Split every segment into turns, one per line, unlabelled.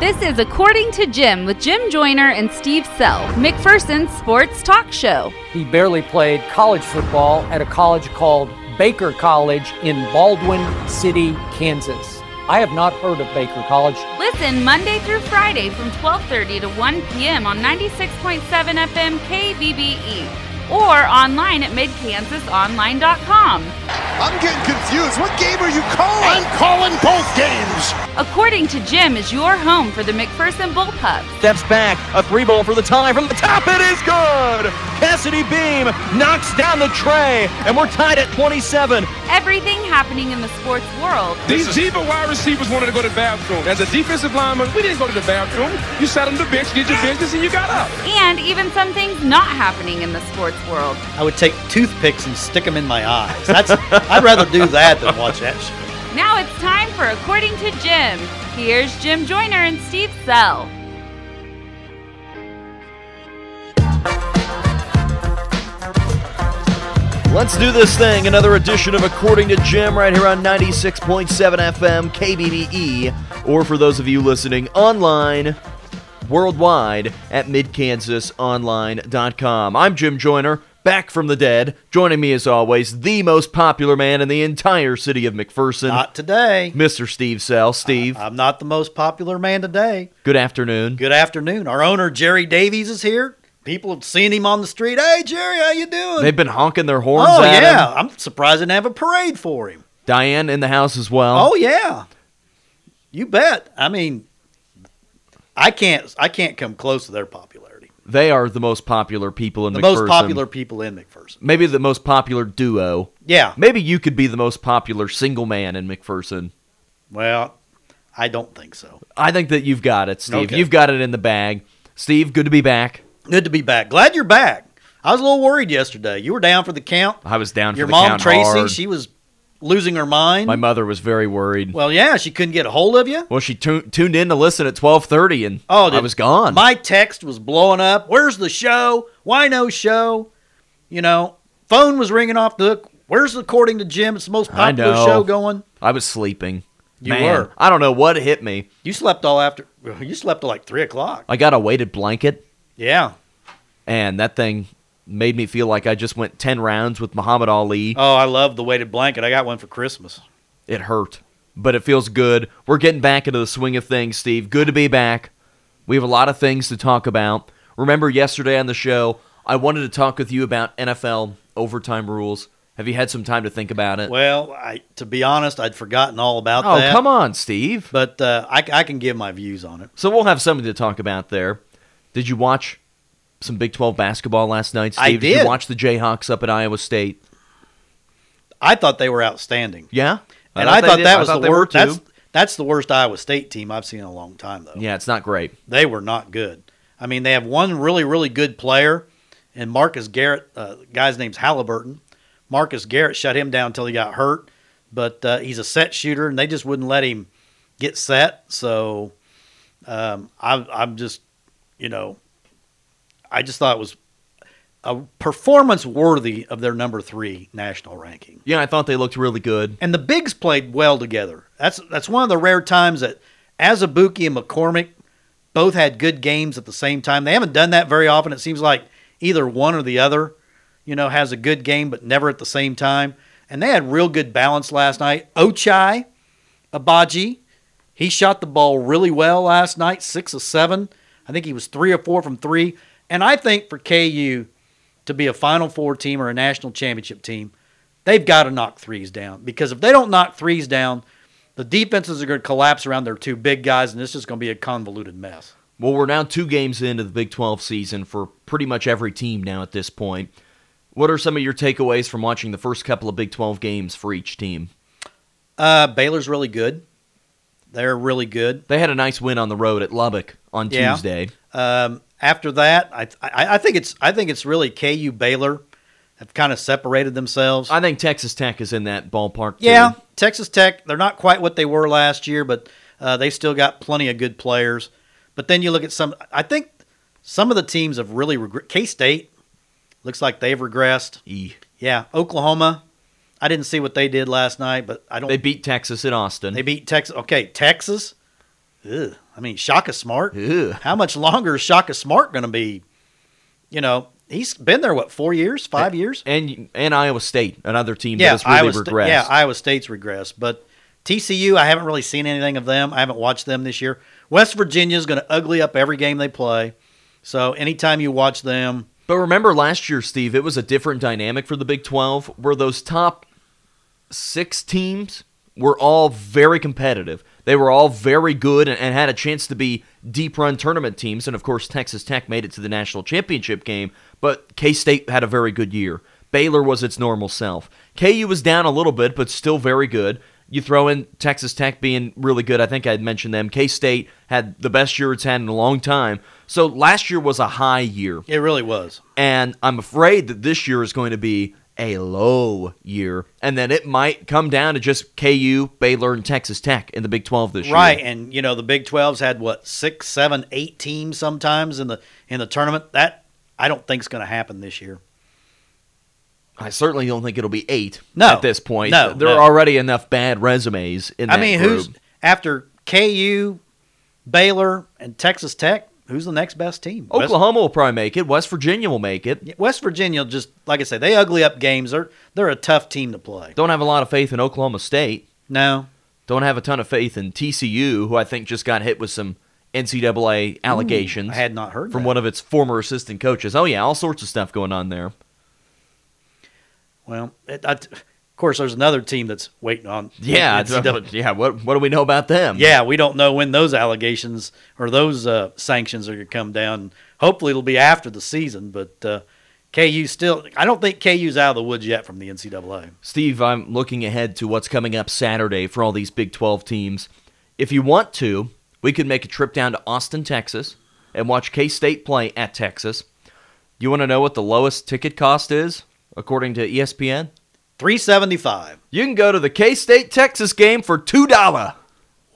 This is According to Jim with Jim Joyner and Steve Sell, McPherson's sports talk show.
He barely played college football at a college called Baker College in Baldwin City, Kansas. I have not heard of Baker College.
Listen Monday through Friday from 12:30 to 1 p.m. on 96.7 FM KBBE E or online at midkansasonline.com.
I'm getting confused. What game are you calling?
I'm calling both games.
According to Jim, is your home for the McPherson Bullpups.
Steps back, a three ball for the tie from the top. It is good. Cassidy Beam knocks down the tray, and we're tied at 27.
Everything happening in the sports world.
These diva wide receivers wanted to go to the bathroom. As a defensive lineman, we didn't go to the bathroom. You sat on the bench, did your business, and you got up.
And even some things not happening in the sports world.
I would take toothpicks and stick them in my eyes. That's I'd rather do that than watch that show.
Now it's time for According to Jim. Here's Jim Joyner and Steve Sell.
Let's do this thing. Another edition of According to Jim right here on 96.7 FM KBBE, E. or for those of you listening online worldwide at midkansasonline.com. I'm Jim Joyner, back from the dead. Joining me as always, the most popular man in the entire city of McPherson,
Not today.
Mr. Steve Sell. Steve,
I'm not the most popular man today.
good afternoon.
uh, Good afternoon. Our owner Jerry Davies is here. People have seen him on the street. Hey Jerry, how you doing?
They've been honking their horns
oh
at
yeah,
him.
I'm surprised they didn't have a parade for him.
Diane in the house as well.
Oh yeah, you bet. I mean, I can't I can't come close to their popularity.
They are the most popular people in
The
McPherson.
most popular people in McPherson.
Maybe the most popular duo.
Yeah.
Maybe you could be the most popular single man in McPherson.
Well, I don't think so.
I think that you've got it, Steve.
Okay.
You've got it in the bag. Steve, good to be back.
Good to be back. Glad you're back. I was a little worried yesterday. You were down for the count.
I was down
Your
for the
mom
count
Tracy,
hard.
she was losing her mind.
My mother was very worried. Well,
well, yeah, she couldn't get a hold of you.
she tu- tuned in to listen at 12:30 and
Oh,
I
dude,
was gone.
My text was blowing up. Where's the show? Why no show? You know, phone was ringing off the hook. Where's the according to Jim? It's the most
I
popular
know.
show going.
I was sleeping.
You
Man,
were.
I don't know what hit me.
You slept all after. You slept till like three o'clock.
I got a weighted blanket
Yeah.
and that thing made me feel like I just went 10 rounds with Muhammad Ali.
Oh, I love the weighted blanket. I got one for Christmas.
It hurt, but it feels good. We're getting back into the swing of things, Steve. Good to be back. We have a lot of things to talk about. Remember yesterday on the show, I wanted to talk with you about NFL overtime rules. Have you had some time to think about it?
Well, I to be honest, I'd forgotten all about
oh,
that.
come on, Steve.
But uh, I, I can give my views on it.
So we'll have something to talk about there. Did you watch some Big 12 basketball last night, Steve?
I
you
did.
watch the Jayhawks up at Iowa State?
I thought they were outstanding,
Yeah?
and I
they
thought
did.
that was
Uh, thought
the
they were
worst.
too.
That's that's the worst Iowa State team I've seen in a long time, though.
Yeah, it's not great.
They were not good. I mean, they have one really really good player, and Marcus Garrett, uh, the guy's name's Halliburton. Marcus Garrett shut him down until he got hurt, but uh, he's a set shooter, and they just wouldn't let him get set. So um, I'm I'm just you know I just thought it was a performance worthy of their number three national ranking.
Yeah, I thought they looked really good.
And the bigs played well together. That's that's one of the rare times that Azabuki and McCormick both had good games at the same time. They haven't done that very often. It seems like either one or the other, you know, has a good game but never at the same time. And they had real good balance last night. Ochai Abaji, he shot the ball really well last night, six of seven. I think he was three or four from three. And I think for KU to be a Final Four team or a national championship team, they've got to knock threes down because if they don't knock threes down, the defenses are going to collapse around their two big guys, and this is going to be a convoluted mess.
Well, we're now two games into the Big 12 season for pretty much every team now at this point. What are some of your takeaways from watching the first couple of Big 12 games for each team?
Uh, Baylor's really good. They're really good.
They had a nice win on the road at Lubbock on
Yeah.
Tuesday.
Um, after that, I, I I think it's I think it's really KU Baylor have kind of separated themselves.
I think Texas Tech is in that ballpark. too.
Yeah, Texas Tech. They're not quite what they were last year, but uh, they've still got plenty of good players. But then you look at some. I think some of the teams have really regre K State looks like they've regressed.
E.
Yeah, Oklahoma. I didn't see what they did last night, but I don't.
They beat Texas at Austin.
they beat Texas. Okay, Texas. Ugh. I mean, Shaka Smart.
Ugh.
How much longer is Shaka Smart going to be? You know, he's been there what four years, five years?
and and Iowa State, another team that
yeah,
has really
Iowa Sta-
regressed.
yeah, Iowa State's regressed, but TCU, I haven't really seen anything of them. I haven't watched them this year. West Virginia's going to ugly up every game they play. So anytime you watch them,
But remember last year, Steve, it was a different dynamic for the Big 12 where those top six teams were all very competitive. They were all very good and, and had a chance to be deep run tournament teams. And of course, Texas Tech made it to the national championship game, but K State had a very good year. Baylor was its normal self. KU was down a little bit, but still very good. You throw in Texas Tech being really good. I think I had mentioned them. K State had the best year it's had in a long time. So last year was a high year.
it really was.
And I'm afraid that this year is going to be a low year. And then it might come down to just KU, Baylor, and Texas Tech in the Big 12 this
Right,
year.
and you know the Big 12's had what six, seven, eight teams sometimes in the in the tournament. That I don't think's going to happen this year.
I certainly don't think it'll be eight
No.
at this point.
No,
There
no.
are already enough bad resumes in that
I mean,
group.
who's after KU, Baylor, and Texas Tech? Who's the next best team? West-
Oklahoma will probably make it. West Virginia will make it.
West Virginia just like I say, they ugly up games. They're they're a tough team to play.
Don't have a lot of faith in Oklahoma State.
No,
Don't have a ton of faith in TCU, who I think just got hit with some NCAA allegations
I had not heard
Mm-hmm. from
that.
one of its former assistant coaches. Oh, yeah, all sorts of stuff going on there.
Well, it, I, of course, there's another team that's waiting on.
Yeah,
it's double-
it's- yeah. What what do we know about them?
yeah. We don't know when those allegations or those uh, sanctions are going to come down. Hopefully, it'll be after the season. But uh, KU still, I don't think KU's out of the woods yet from the NCAA.
Steve, I'm looking ahead to what's coming up Saturday for all these Big 12 teams. If you want to, we could make a trip down to Austin, Texas, and watch K State play at Texas. You want to know what the lowest ticket cost is, according to E ESPN?
Three seventy five.
You can go to the K State Texas game for two dollar.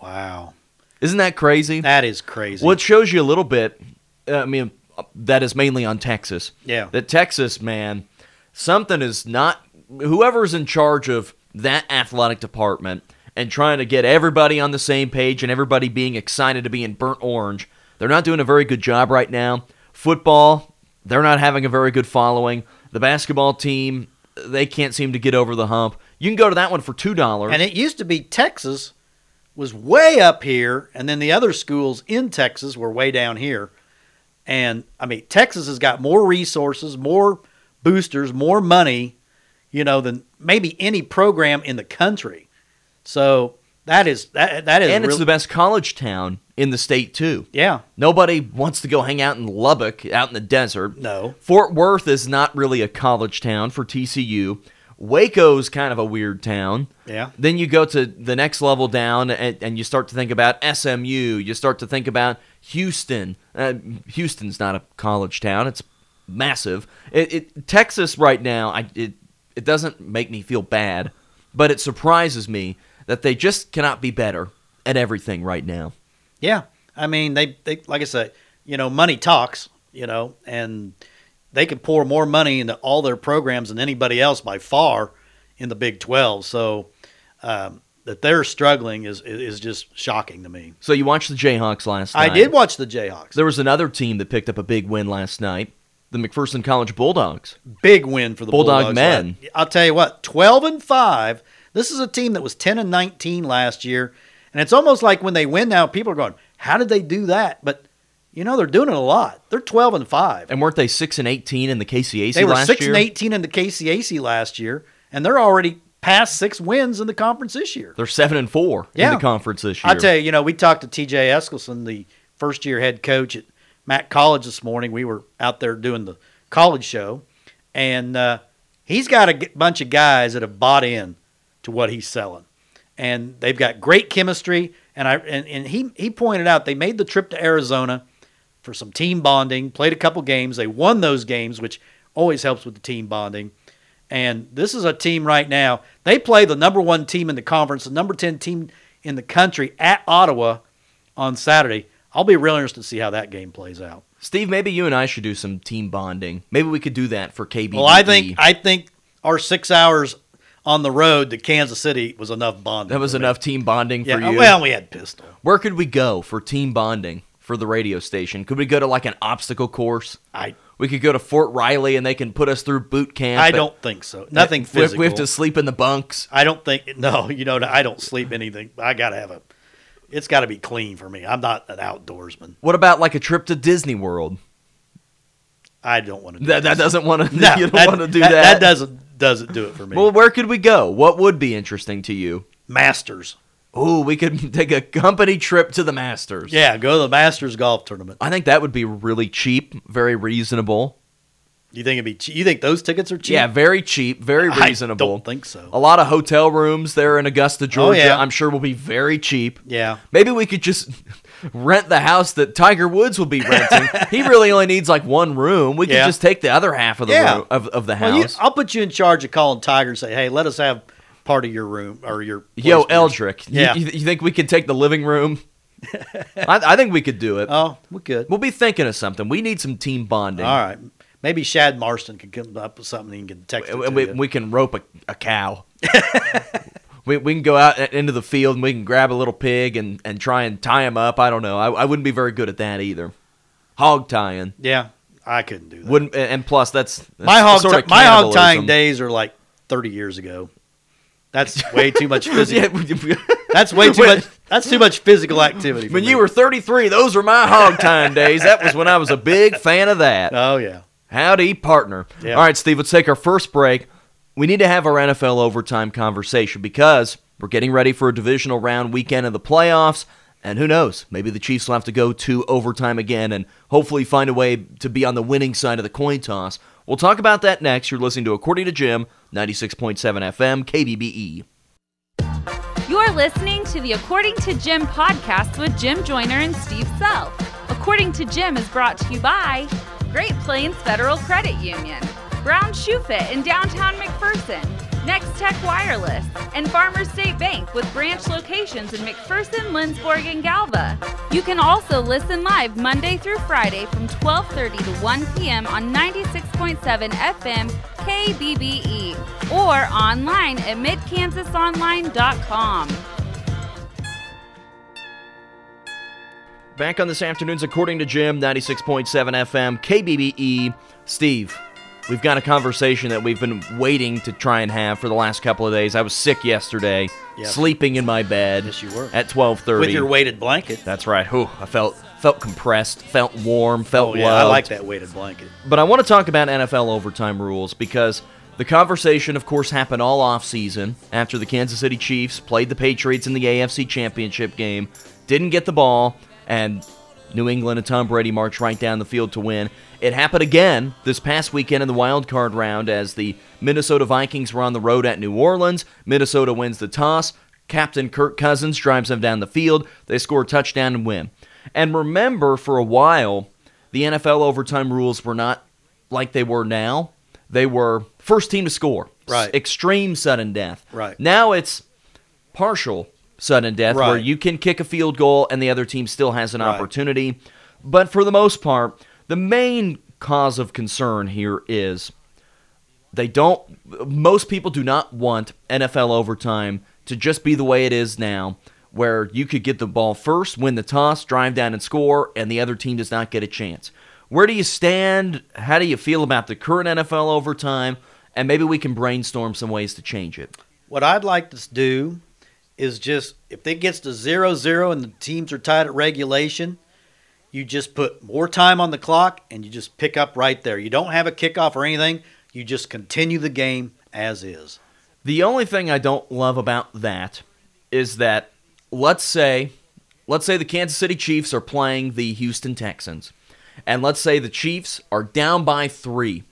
Wow,
Isn't that crazy?
that is crazy.
Well, it shows you a little bit. uh, I mean, uh, that is mainly on Texas.
Yeah.
That Texas, man, something is not. Whoever's in charge of that athletic department and trying to get everybody on the same page and everybody being excited to be in burnt orange, they're not doing a very good job right now. Football, they're not having a very good following. The basketball team, they can't seem to get over the hump. You can go to that one for two dollars.
and it used to be Texas was way up here, and then the other schools in Texas were way down here. And I mean, Texas has got more resources, more boosters, more money, you know, than maybe any program in the country. So that is that that is
and it's
real-
the best college town in the state too.
yeah.
Nobody wants to go hang out in Lubbock, out in the desert.
No.
Fort Worth is not really a college town for TCU. Waco's kind of a weird town.
Yeah.
Then you go to the next level down and, and you start to think about SMU. You start to think about Houston. Uh, Houston's not a college town, it's massive. It, it, Texas, right now, I, it, it doesn't make me feel bad, but it surprises me that they just cannot be better at everything right now.
Yeah, I mean they they like I said, you know, money talks, you know, and they could pour more money into all their programs than anybody else by far in the Big Twelve. So um, that they're struggling is is just shocking to me.
So you watched the Jayhawks last night.
I did watch the Jayhawks.
There was another team that picked up a big win last night, the McPherson College Bulldogs.
Big win for the
Bulldog
Bulldogs.
men.
I'll tell you what, twelve and five. This is a team that was ten and nineteen last year, and it's almost like when they win now, people are going, "How did they do that?" But you know, they're doing it a lot. They're twelve and five.
And weren't they 6 and 18 in the KCAC
They were
last
six
year?
and eighteen in the KCAC last year, and they're already past six wins in the conference this year.
They're 7 and 4 in
Yeah.
the conference this year.
I tell you, you know, we talked to T.J. Eskelson, the first year head coach at Mac College this morning. We were out there doing the college show, and uh, he's got a g- bunch of guys that have bought in to what he's selling, and they've got great chemistry. And I and, and he he pointed out they made the trip to Arizona for some team bonding, played a couple games. They won those games, which always helps with the team bonding. And this is a team right now. They play the number one team in the conference, the number 10 team in the country at Ottawa on Saturday. I'll be real interested to see how that game plays out.
Steve, maybe you and I should do some team bonding. Maybe we could do that for KBBE.
Well, I think I think our six hours on the road to Kansas City was enough bonding.
That was
for me.
enough team bonding for
Yeah.
you.
Well, we had pistol.
Where could we go for team bonding for the radio station? Could we go to like an obstacle course?
I
We could go to Fort Riley and they can put us through boot camp.
I
and-
don't think so.
We
Nothing
have-
physical.
We have to sleep in the bunks.
I don't think no. You know, I don't sleep anything. I gotta have a. It's got to be clean for me. I'm not an outdoorsman.
What about like a trip to Disney World?
I don't want to. Do
That, that
this.
doesn't want to.
No,
you don't
that-
want to do
that.
that.
doesn't doesn't do it for me.
Well, where could we go? What would be interesting to you?
Masters.
Ooh, we could take a company trip to the Masters.
Yeah, go to the Masters golf tournament.
I think that would be really cheap, very reasonable.
You think it'd be? Cheap? You think those tickets are cheap?
Yeah, very cheap, very reasonable.
I don't think so.
a lot of hotel rooms there in Augusta, Georgia,
yeah.
I'm sure will be very cheap.
Yeah.
Maybe we could just rent the house that Tiger Woods will be renting. he really only needs like one room. We
Yeah.
could just take the other half of the
Yeah.
room, of, of the
Well, you,
house.
I'll put you in charge of calling Tiger and say, "Hey, let us have part of your room or your."
Yo,
place for your-"
Eldrick, you-
Yeah.
you, you think we could take the living room? I, I think we could do it.
Oh, we could.
We'll be thinking of something. We need some team bonding.
All right. Maybe Shad Marston could come up with something and can text it
And
to
we,
you.
we can rope a, a cow. we, we can go out a- into the field and we can grab a little pig and, and try and tie him up. I don't know. I, I wouldn't be very good at that either. Hog tying
Yeah, I couldn't do that.
wouldn't, and- and plus that's, that's
my hog,
sort
ti-
of
my hog
cannibalism.
tying days are like thirty years ago. That's way too much physical.
Yeah, we-
That's way too
When-
much. That's too much physical activity. for
when
me.
you were 33, those were my hog tying days. That was when I was a big fan of that.
oh yeah,
Howdy, partner.
Yeah.
All right, Steve, let's take our first break. We need to have our NFL overtime conversation because we're getting ready for a divisional round weekend of the playoffs. And who knows? Maybe the Chiefs will have to go to overtime again and hopefully find a way to be on the winning side of the coin toss. We'll talk about that next. You're listening to According to Jim, 96.7 FM, KBBE.
You're listening to the According to Jim podcast with Jim Joyner and Steve Self. According to Jim is brought to you by Great Plains Federal Credit Union, Brown Shoe Fit in downtown McPherson, Next Tech Wireless, and Farmers State Bank with branch locations in McPherson, Lindsborg, and Galva. You can also listen live Monday through Friday from 12:30 to 1 p.m. on 96.7 FM KBBE E or online at midkansasonline.com.
Back on this afternoon's According to Jim, 96.7 FM, KBBE. E. Steve, we've got a conversation that we've been waiting to try and have for the last couple of days. I was sick yesterday,
Yes.
sleeping in my bed.
Yes, you were.
At 12.30.
with your weighted blanket.
That's right. Whew, I felt felt compressed, felt warm, felt
Oh yeah, I
loved.
like that weighted blanket.
But I want to talk about NFL overtime rules because the conversation, of course, happened all offseason after the Kansas City Chiefs played the Patriots in the AFC Championship game, didn't get the ball, and New England and Tom Brady marched right down the field to win. It happened again this past weekend in the wild card round as the Minnesota Vikings were on the road at New Orleans. Minnesota wins the toss. Captain Kirk Cousins drives them down the field. They score a touchdown and win. And remember, for a while, the NFL overtime rules were not like they were now. They were first team to score,
Right.
S- Extreme sudden death.
Right.
Now it's partial sudden death where
Right.
you can kick a field goal and the other team still has an
Right.
opportunity. But for the most part, the main cause of concern here is they don't most people do not want NFL overtime to just be the way it is now where you could get the ball first, win the toss, drive down and score and the other team does not get a chance. Where do you stand? How do you feel about the current NFL overtime? And maybe we can brainstorm some ways to change it.
What I'd like to s- do is just if it gets to zero zero and the teams are tied at regulation, you just put more time on the clock and you just pick up right there. You don't have a kickoff or anything. You just continue the game as is.
The only thing I don't love about that is that let's say let's say the Kansas City Chiefs are playing the Houston Texans. And let's say the Chiefs are down by 3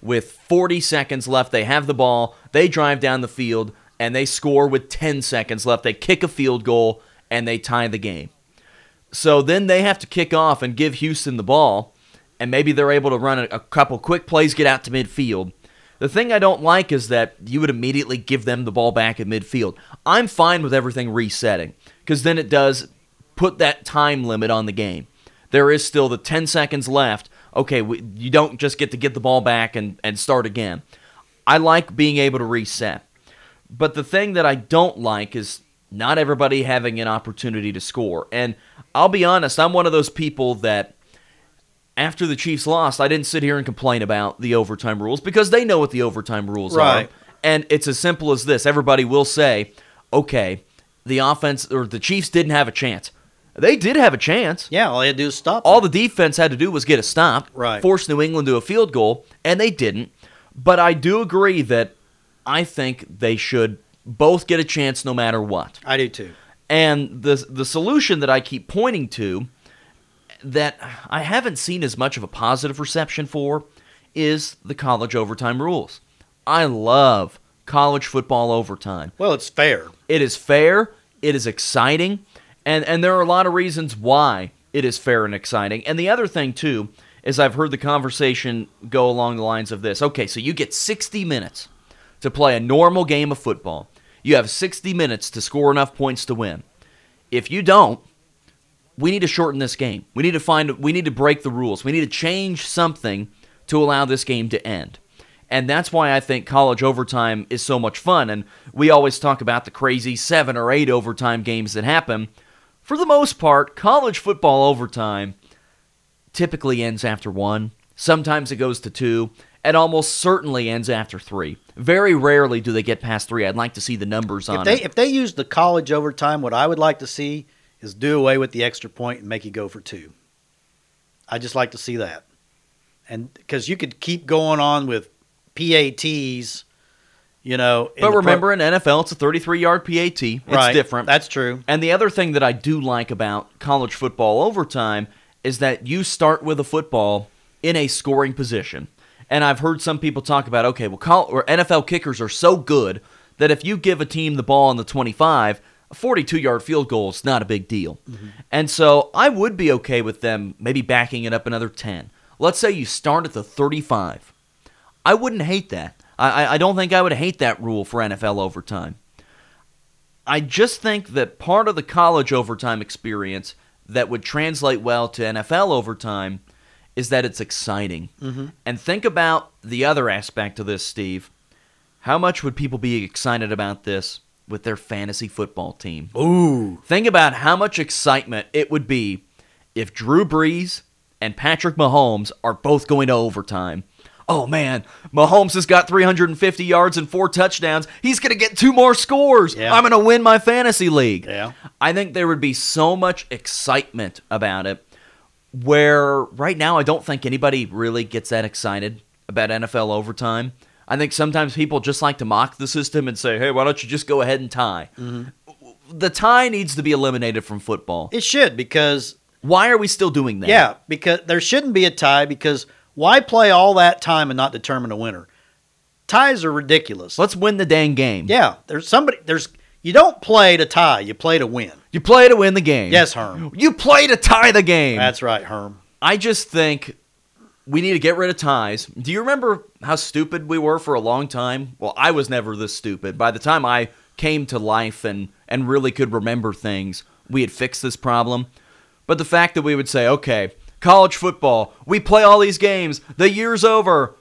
with 40 seconds left. They have the ball. They drive down the field and they score with 10 seconds left. They kick a field goal and they tie the game. So then they have to kick off and give Houston the ball, and maybe they're able to run a, a couple quick plays, get out to midfield. The thing I don't like is that you would immediately give them the ball back at midfield. I'm fine with everything resetting because then it does put that time limit on the game. There is still the 10 seconds left. Okay, we, you don't just get to get the ball back and, and start again. I like being able to reset. But the thing that I don't like is not everybody having an opportunity to score. And I'll be honest, I'm one of those people that after the Chiefs lost, I didn't sit here and complain about the overtime rules because they know what the overtime rules
Right.
are. And it's as simple as this. Everybody will say, okay, the offense or the Chiefs didn't have a chance. They did have a chance.
Yeah, all they had to do is stop.
All
them.
the defense had to do was get a stop,
Right.
force New England to a field goal, and they didn't. But I do agree that I think they should both get a chance no matter what.
I do too.
And the the solution that I keep pointing to that I haven't seen as much of a positive reception for is the college overtime rules. I love college football overtime.
Well, it's fair.
It is fair. It is exciting, and and there are a lot of reasons why it is fair and exciting. And the other thing too is I've heard the conversation go along the lines of this. Okay, so you get 60 minutes to play a normal game of football. You have 60 minutes to score enough points to win. If you don't, we need to shorten this game. We need to find we need to break the rules. We need to change something to allow this game to end. And that's why I think college overtime is so much fun and we always talk about the crazy 7 or 8 overtime games that happen. For the most part, college football overtime typically ends after 1. Sometimes it goes to 2 and almost certainly ends after 3. Very rarely do they get past 3. I'd like to see the numbers on
If they
it.
if they use the college overtime, what I would like to see is do away with the extra point and make you go for two. I just like to see that, and because you could keep going on with PATs, you know. in
But
the pro-
remember in NFL it's a 33-yard PAT. It's
Right.
different.
That's true.
And the other thing that I do like about college football overtime is that you start with a football in a scoring position. And I've heard some people talk about okay, well, col- or NFL kickers are so good that if you give a team the ball on the 25, a 42 yard field goal is not a big deal. And so I would be okay with them maybe backing it up another 10. Let's say you start at the 35. I wouldn't hate that. I, I- I don't think I would hate that rule for NFL overtime. I just think that part of the college overtime experience that would translate well to NFL overtime is that it's exciting. Mm-hmm. And think about the other aspect of this, Steve. How much would people be excited about this with their fantasy football team?
Ooh,
Think about how much excitement it would be if Drew Brees and Patrick Mahomes are both going to overtime. Oh man, Mahomes has got 350 yards and four touchdowns. He's going to get two more scores.
Yeah.
I'm going to win my fantasy league.
Yeah.
I think there would be so much excitement about it where right now I don't think anybody really gets that excited about NFL overtime. I think sometimes people just like to mock the system and say, "Hey, why don't you just go ahead and tie?"
Mm-hmm.
the tie needs to be eliminated from football.
it should because
Why are we still doing that?
yeah, because there shouldn't be a tie because why play all that time and not determine a winner? Ties are ridiculous.
Let's win the dang game.
yeah, there's somebody there's you don't play to tie, you play to win.
You play to win the game.
Yes, Herm.
You play to tie the game.
That's right, Herm.
I just think we need to get rid of ties. Do you remember how stupid we were for a long time? Well, I was never this stupid. By the time I came to life and, and really could remember things, we had fixed this problem. But the fact that we would say, okay, college football, we play all these games, the year's over,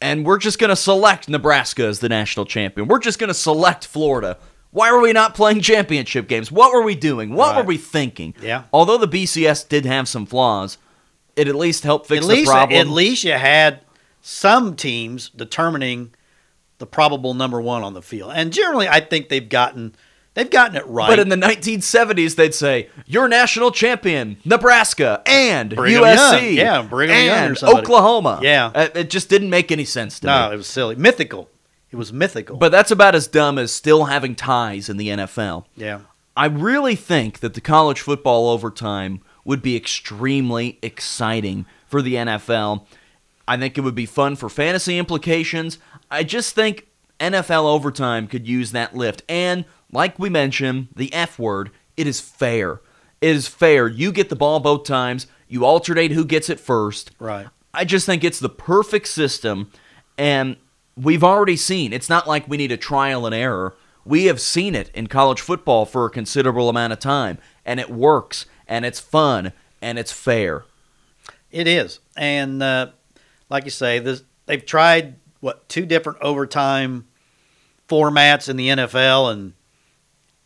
and we're just going to select Nebraska as the national champion. We're just going to select Florida. Why were we not playing championship games? What were we doing? What were
Right.
we thinking?
Yeah.
Although the BCS did have some flaws, it at least helped fix
at least,
the problem.
At least you had some teams determining the probable number one on the field, and generally, I think they've gotten they've gotten it right.
but in the 1970s, they'd say, "Your national champion, Nebraska and
Brigham
USC,
Young. Yeah, Brigham Young or
and
somebody."
Oklahoma."
Yeah.
Uh, it just didn't make any sense to
no,
me.
it was silly, mythical. It was mythical.
But that's about as dumb as still having ties in the NFL.
yeah,
I really think that the college football overtime would be extremely exciting for the NFL. I think it would be fun for fantasy implications. I just think NFL overtime could use that lift. And like we mentioned, the F word, it is fair. It is fair. You get the ball both times, you alternate who gets it first.
right.
I just think it's the perfect system, and we've already seen it's not like we need a trial and error. We have seen it in college football for a considerable amount of time, and it works, and it's fun, and it's fair.
It is, and uh, like you say, this, they've tried what two different overtime formats in the NFL, and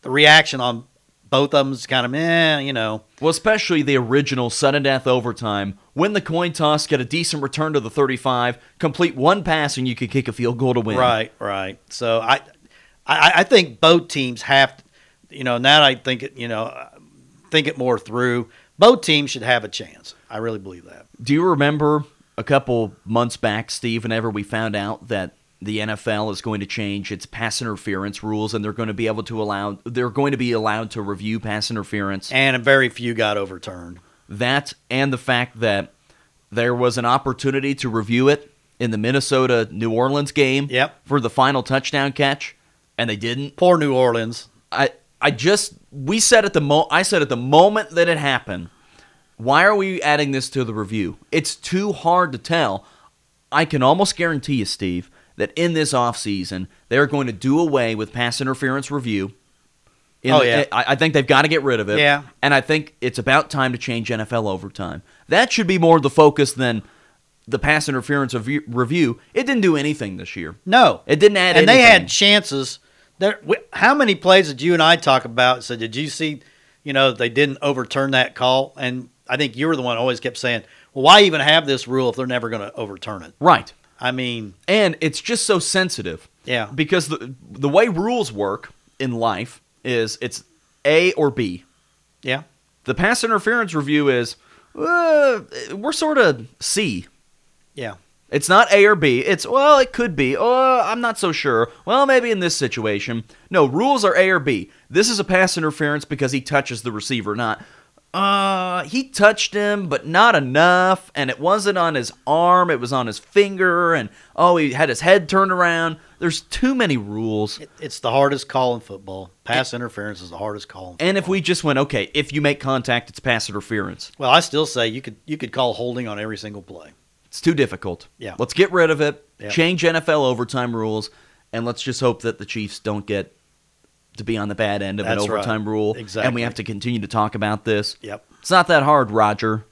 the reaction on both of them is kind of eh, you know.
Well, especially the original sudden death overtime. Win the coin toss, get a decent return to the 35, complete one pass, and you could kick a field goal to win.
Right, right. So I, I, I think both teams have, you know, now that I think it, you know, uh, think it more through. Both teams should have a chance. I really believe that.
Do you remember a couple months back, Steve, whenever we found out that the NFL is going to change its pass interference rules and they're going to be able to allow they're going to be allowed to review pass interference?
And very few got overturned.
That and the fact that there was an opportunity to review it in the Minnesota New Orleans game
Yep.
for the final touchdown catch and they didn't.
Poor New Orleans.
I I just we said at the mo I said at the moment that it happened, why are we adding this to the review? It's too hard to tell. I can almost guarantee you, Steve, that in this offseason, they're going to do away with pass interference review. In
Oh,
the-
yeah.
I, I think they've got to get rid of it.
Yeah.
And I think it's about time to change NFL overtime. That should be more the focus than the pass interference review. review. It didn't do anything this year.
No,
It didn't add
and they
anything.
had chances. There, wh- how many plays did you and I talk about? So did you see? You know, they didn't overturn that call, and I think you were the one who always kept saying, "Well, why even have this rule if they're never going to overturn it?"
Right.
I mean,
and it's just so sensitive.
Yeah.
Because the the way rules work in life is it's A or B.
yeah,
The pass interference review is uh, we're sort of C.
yeah,
It's not A or B. It's well, it could be. Oh, I'm not so sure. Well, maybe in this situation. No, rules are A or B. This is a pass interference because he touches the receiver, not uh he touched him but not enough and it wasn't on his arm, it was on his finger and oh, he had his head turned around. There's too many rules.
It- it's the hardest call in football. Pass interference is the hardest call. in-
And if we just went, okay, if you make contact, it's pass interference.
well, I still say you could you could call holding on every single play.
It's too difficult.
Yeah.
Let's get rid of it.
Yeah.
Change NFL overtime rules, and let's just hope that the Chiefs don't get to be on the bad end of
That's
an
right.
overtime rule. And we
Exactly.
have to continue to talk about this.
Yep.
It's not that hard, Roger.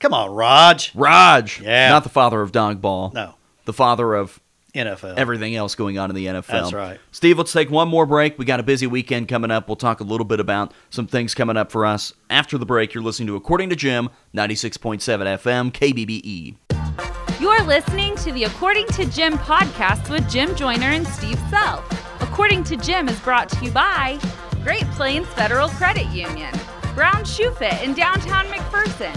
Come on, Raj.
Raj.
Yeah.
Not the father of dog ball.
No,
The father of
NFL.
everything else going on in the NFL.
That's right.
Steve, let's take one more break. We got a busy weekend coming up. We'll talk a little bit about some things coming up for us after the break. You're listening to According to Jim, 96.7 FM, KBBE.
You're listening to the According to Jim podcast with Jim Joyner and Steve Self. According to Jim is brought to you by Great Plains Federal Credit Union, Brown Shoe Fit in downtown McPherson,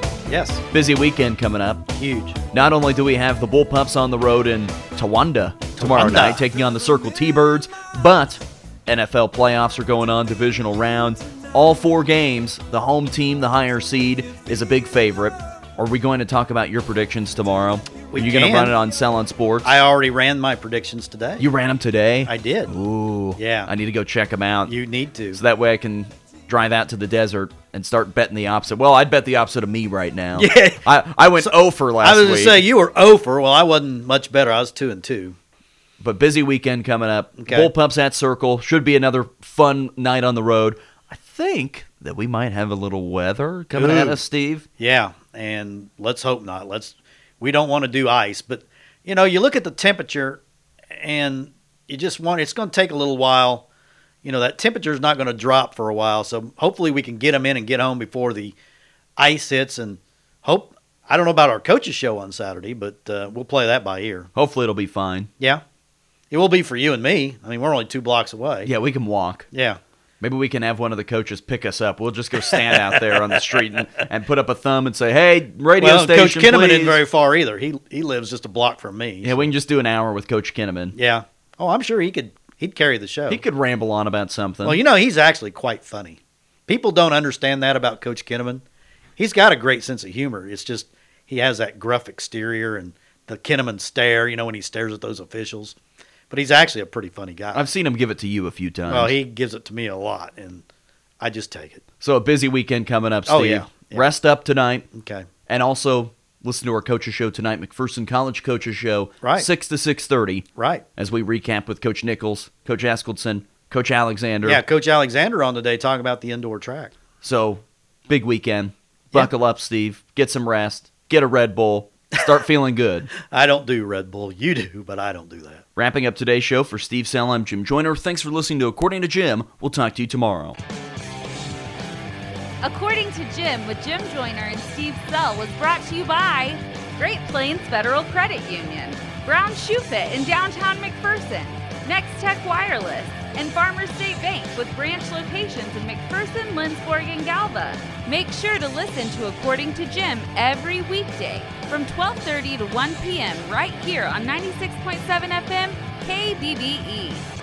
Yes,
busy weekend coming up.
huge.
Not only do we have the Bullpups on the road in Tawanda tomorrow
Towanda.
night, taking on the Circle T Birds, but NFL playoffs are going on, divisional rounds. All four games, the home team, the higher seed, is a big favorite. Are we going to talk about your predictions tomorrow?
We
are you going to
can.
run it on Sell on Sports?
I already ran my predictions today.
you ran them today?
I did.
Ooh.
Yeah.
I need to go check them out.
You need to.
So that way I can drive out to the desert and start betting the opposite. Well, I'd bet the opposite of me right now.
Yeah.
I, I went 0 for last
I was
week.
going to say you were over. Well, I wasn't much better. I was two and two.
but busy weekend coming up.
Okay.
Bullpups at Circle. Should be another fun night on the road. I think that we might have a little weather coming at
Ooh.
us, Steve.
Yeah, and let's hope not. Let's. We don't want to do ice, but you know, you look at the temperature, and you just want. It's going to take a little while. You know that temperature is not going to drop for a while, so hopefully we can get them in and get home before the ice hits. And hope I don't know about our coaches show on Saturday, but uh, we'll play that by ear.
Hopefully it'll be fine.
Yeah, it will be for you and me. I mean, we're only two blocks away.
Yeah, we can walk.
yeah.
Maybe we can have one of the coaches pick us up. We'll just go stand out there on the street and, and put up a thumb and say, "Hey, radio
Well,
station,
Coach Kinnaman
please."
isn't very far either. He he lives just a block from me.
yeah, we can just do an hour with Coach Kinneman.
Yeah. Oh, I'm sure he could. He'd carry the show.
He could ramble on about something.
Well, you know, he's actually quite funny. People don't understand that about Coach Kinnaman. He's got a great sense of humor. It's just he has that gruff exterior and the Kinnaman stare. You know, when he stares at those officials, but he's actually a pretty funny guy.
I've seen him give it to you a few times.
well, he gives it to me a lot, and I just take it.
So a busy weekend coming up, Steve.
Oh, yeah. Yeah.
Rest up tonight.
Okay.
And also listen to our coaches show tonight, McPherson College Coaches Show,
Right.
six to six thirty,
Right.
as we recap with Coach Nichols, Coach Askeldson, Coach Alexander.
Yeah, Coach Alexander on today talking about the indoor track.
So big weekend. Buckle up, Steve. Get some rest. Get a Red Bull. Start feeling good.
I don't do Red Bull. You do, but I don't do that.
Wrapping up today's show for Steve Sell, I'm Jim Joyner. Thanks for listening to According to Jim. We'll talk to you tomorrow.
According to Jim, with Jim Joyner and Steve Sell, was brought to you by Great Plains Federal Credit Union, Brown Shoe Fit in downtown McPherson, Next Tech Wireless, and Farmer State Bank with branch locations in McPherson, Lindsborg, and Galva. Make sure to listen to According to Jim every weekday from 12:30 to 1 p.m. right here on 96.7 FM KBBE.